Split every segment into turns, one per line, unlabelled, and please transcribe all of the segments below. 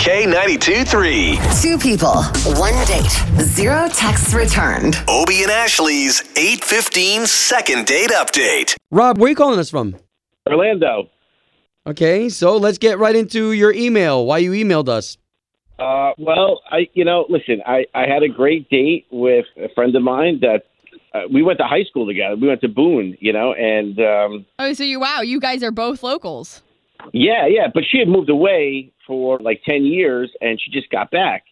K92 3.
Two people, one date, zero texts returned.
Obie and Ashley's 815 second date update.
Rob, where are you calling us from?
Orlando.
Okay, so let's get right into your email. Why you emailed us?
Uh, well, I you know, listen, I I had a great date with a friend of mine that uh, we went to high school together. We went to Boone, you know, and um,
Oh, so you wow, you guys are both locals.
yeah, yeah. But she had moved away for like ten years, and she just got back.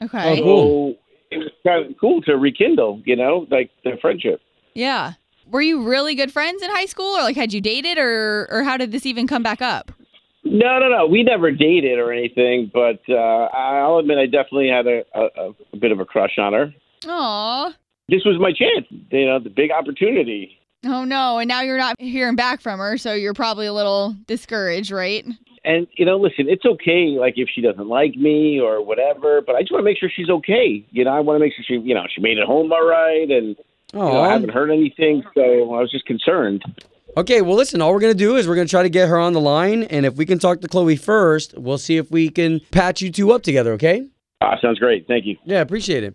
Okay.
Oh, cool.
So it was kind of cool to rekindle, you know, like their friendship.
Yeah. Were you really good friends in high school or like had you dated or or how did this even come back up?
No, no, no. We never dated or anything, but uh, I'll admit I definitely had a, a, a bit of a crush on her.
Aw.
This was my chance, you know, the big opportunity.
Oh no, and now you're not hearing back from her, so you're probably a little discouraged, right?
and you know, listen, it's okay, like if she doesn't like me or whatever, but I just want to make sure she's okay. You know, I want to make sure she, you know, she made it home all right, and you know, I
Oh,
haven't heard anything, so I was just concerned.
okay. Well, listen. All we're gonna do is we're gonna try to get her on the line, and if we can talk to Chloe first, we'll see if we can patch you two up together. Okay?
Ah, sounds great. Thank you.
Yeah, appreciate it.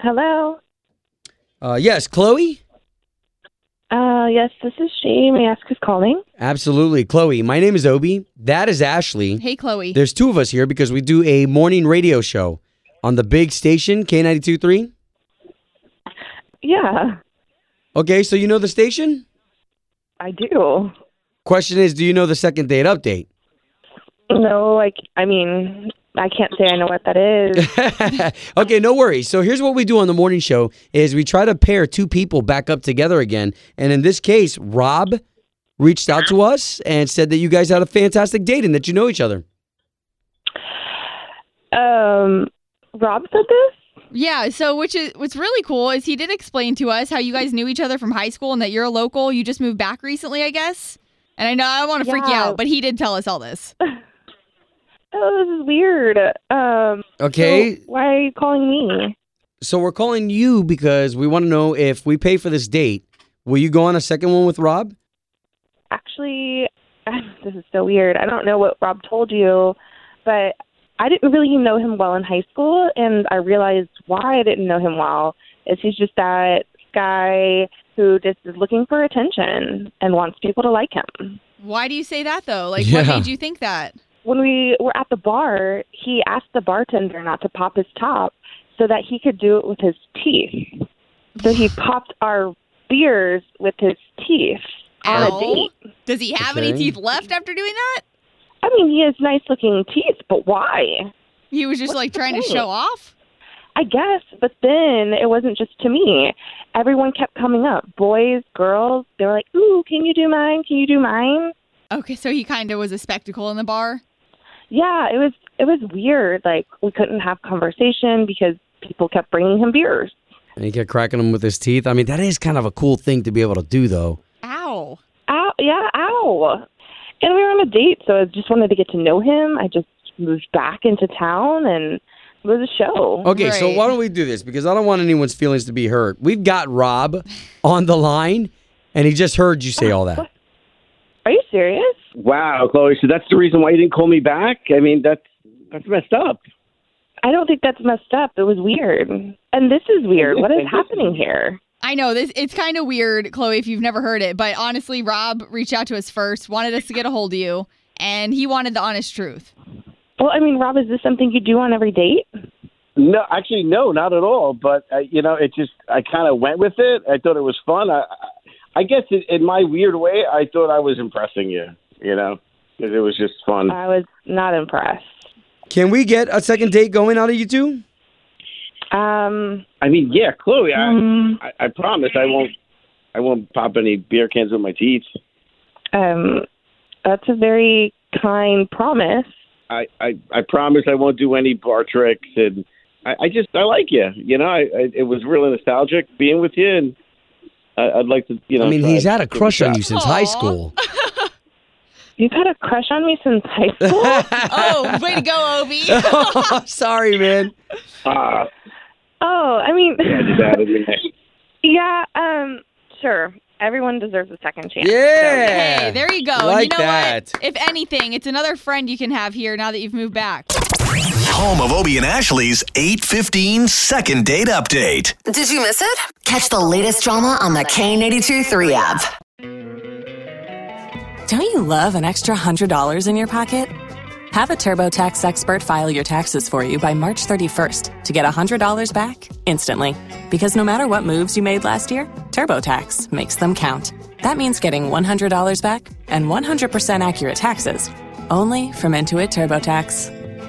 Hello.
Uh, yes, Chloe.
Uh, yes, this is she. May I ask who's calling?
Absolutely, Chloe. My name is Obi. That is Ashley.
Hey Chloe.
There's two of us here because we do a morning radio show on the big station K92.3.
Yeah,
Okay, so you know the station.
I do.
Question is, do you know the second date update?
No, like, I mean, I can't say I know what that is.
okay, no worries. So here's what we do on the morning show is we try to pair two people back up together again. And in this case, Rob reached out to us and said that you guys had a fantastic date and that you know each other.
um, Rob said this?
yeah, so which is what's really cool is he did explain to us how you guys knew each other from high school and that you're a local. You just moved back recently, I guess. And I know I want to freak you
Yeah.
out, but he did tell us all this.
Oh, this is weird. Um, so
Okay.
why are you calling me?
So we're calling you because we want to know if we pay for this date, will you go on a second one with Rob?
Actually, this is so weird. I don't know what Rob told you, but I didn't really know him well in high school, and I realized why I didn't know him well is he's just that guy who just is looking for attention and wants people to like him.
Why do you say that though? Like what
Yeah.
made you think that?
when we were at the bar, he asked the bartender not to pop his top so that he could do it with his teeth. So he popped our beers with his teeth on
Ow.
a date.
Does he have any
Okay.
teeth left after doing that?
I mean, he has nice looking teeth, but why?
He was just like
the
trying to
point?
show off.
I guess, but then it wasn't just to me. Everyone kept coming up boys, girls. They were like, Ooh, can you do mine? Can you do mine?
Okay, so he kind of was a spectacle in the bar.
Yeah, it was it was weird. Like we couldn't have conversation because people kept bringing him beers.
And he kept cracking him with his teeth. I mean, that is kind of a cool thing to be able to do though.
Ow.
Ow, yeah, ow. And we were on a date, so I just wanted to get to know him. I just moved back into town, and it was a show.
Okay, so
Right.
why don't we do this? Because I don't want anyone's feelings to be hurt. We've got Rob on the line, and he just heard you say all that.
Are you serious?
Wow, Chloe. So that's the reason why you didn't call me back. I mean, that's that's messed up.
I don't think that's messed up. It was weird. And this is weird. What is happening here?
I know this it's kind of weird, Chloe, if you've never heard it, but honestly, Rob reached out to us first, wanted us to get a hold of you, and he wanted the honest truth.
Well, I mean, Rob, is this something you do on every date?
No, actually, no, not at all. But uh, you know, it just I kind of went with it. I thought it was fun. I I I guess in, in my weird way, I thought I was impressing you. You know, 'cause it was just fun.
Uh, I was not impressed.
Can we get a second date going out of you two?
Um,
I mean, yeah, Chloe. I,
um,
I, I promise I won't. I won't pop any beer cans with my teeth.
um, that's a very kind promise.
I, I, I promise I won't do any bar tricks, and I, I just I like you. You know, I, I it was really nostalgic being with you, and I, I'd like to. You know,
I mean,
try
he's
to
had a
give it
crush on
shot.
you since high
Aw.
school.
You've had a crush on me since high school.
Oh, way to go, Obi.
Sorry, man.
Ah,
oh, I mean,
it's out of me.
yeah. Um, sure. Everyone deserves a second chance. so-
Yeah.
Hey, there you go. And
Like
you know
that.
what? If anything, it's another friend you can have here now that you've moved back.
Home of Obie and Ashley's 815 second date update.
Did you miss it? Catch the latest drama on the K82 3 app.
Don't you love an extra $100 in your pocket? Have a TurboTax expert file your taxes for you by March 31st to get $100 back instantly. Because no matter what moves you made last year, TurboTax makes them count. That means getting $100 back and 100% accurate taxes only from Intuit TurboTax.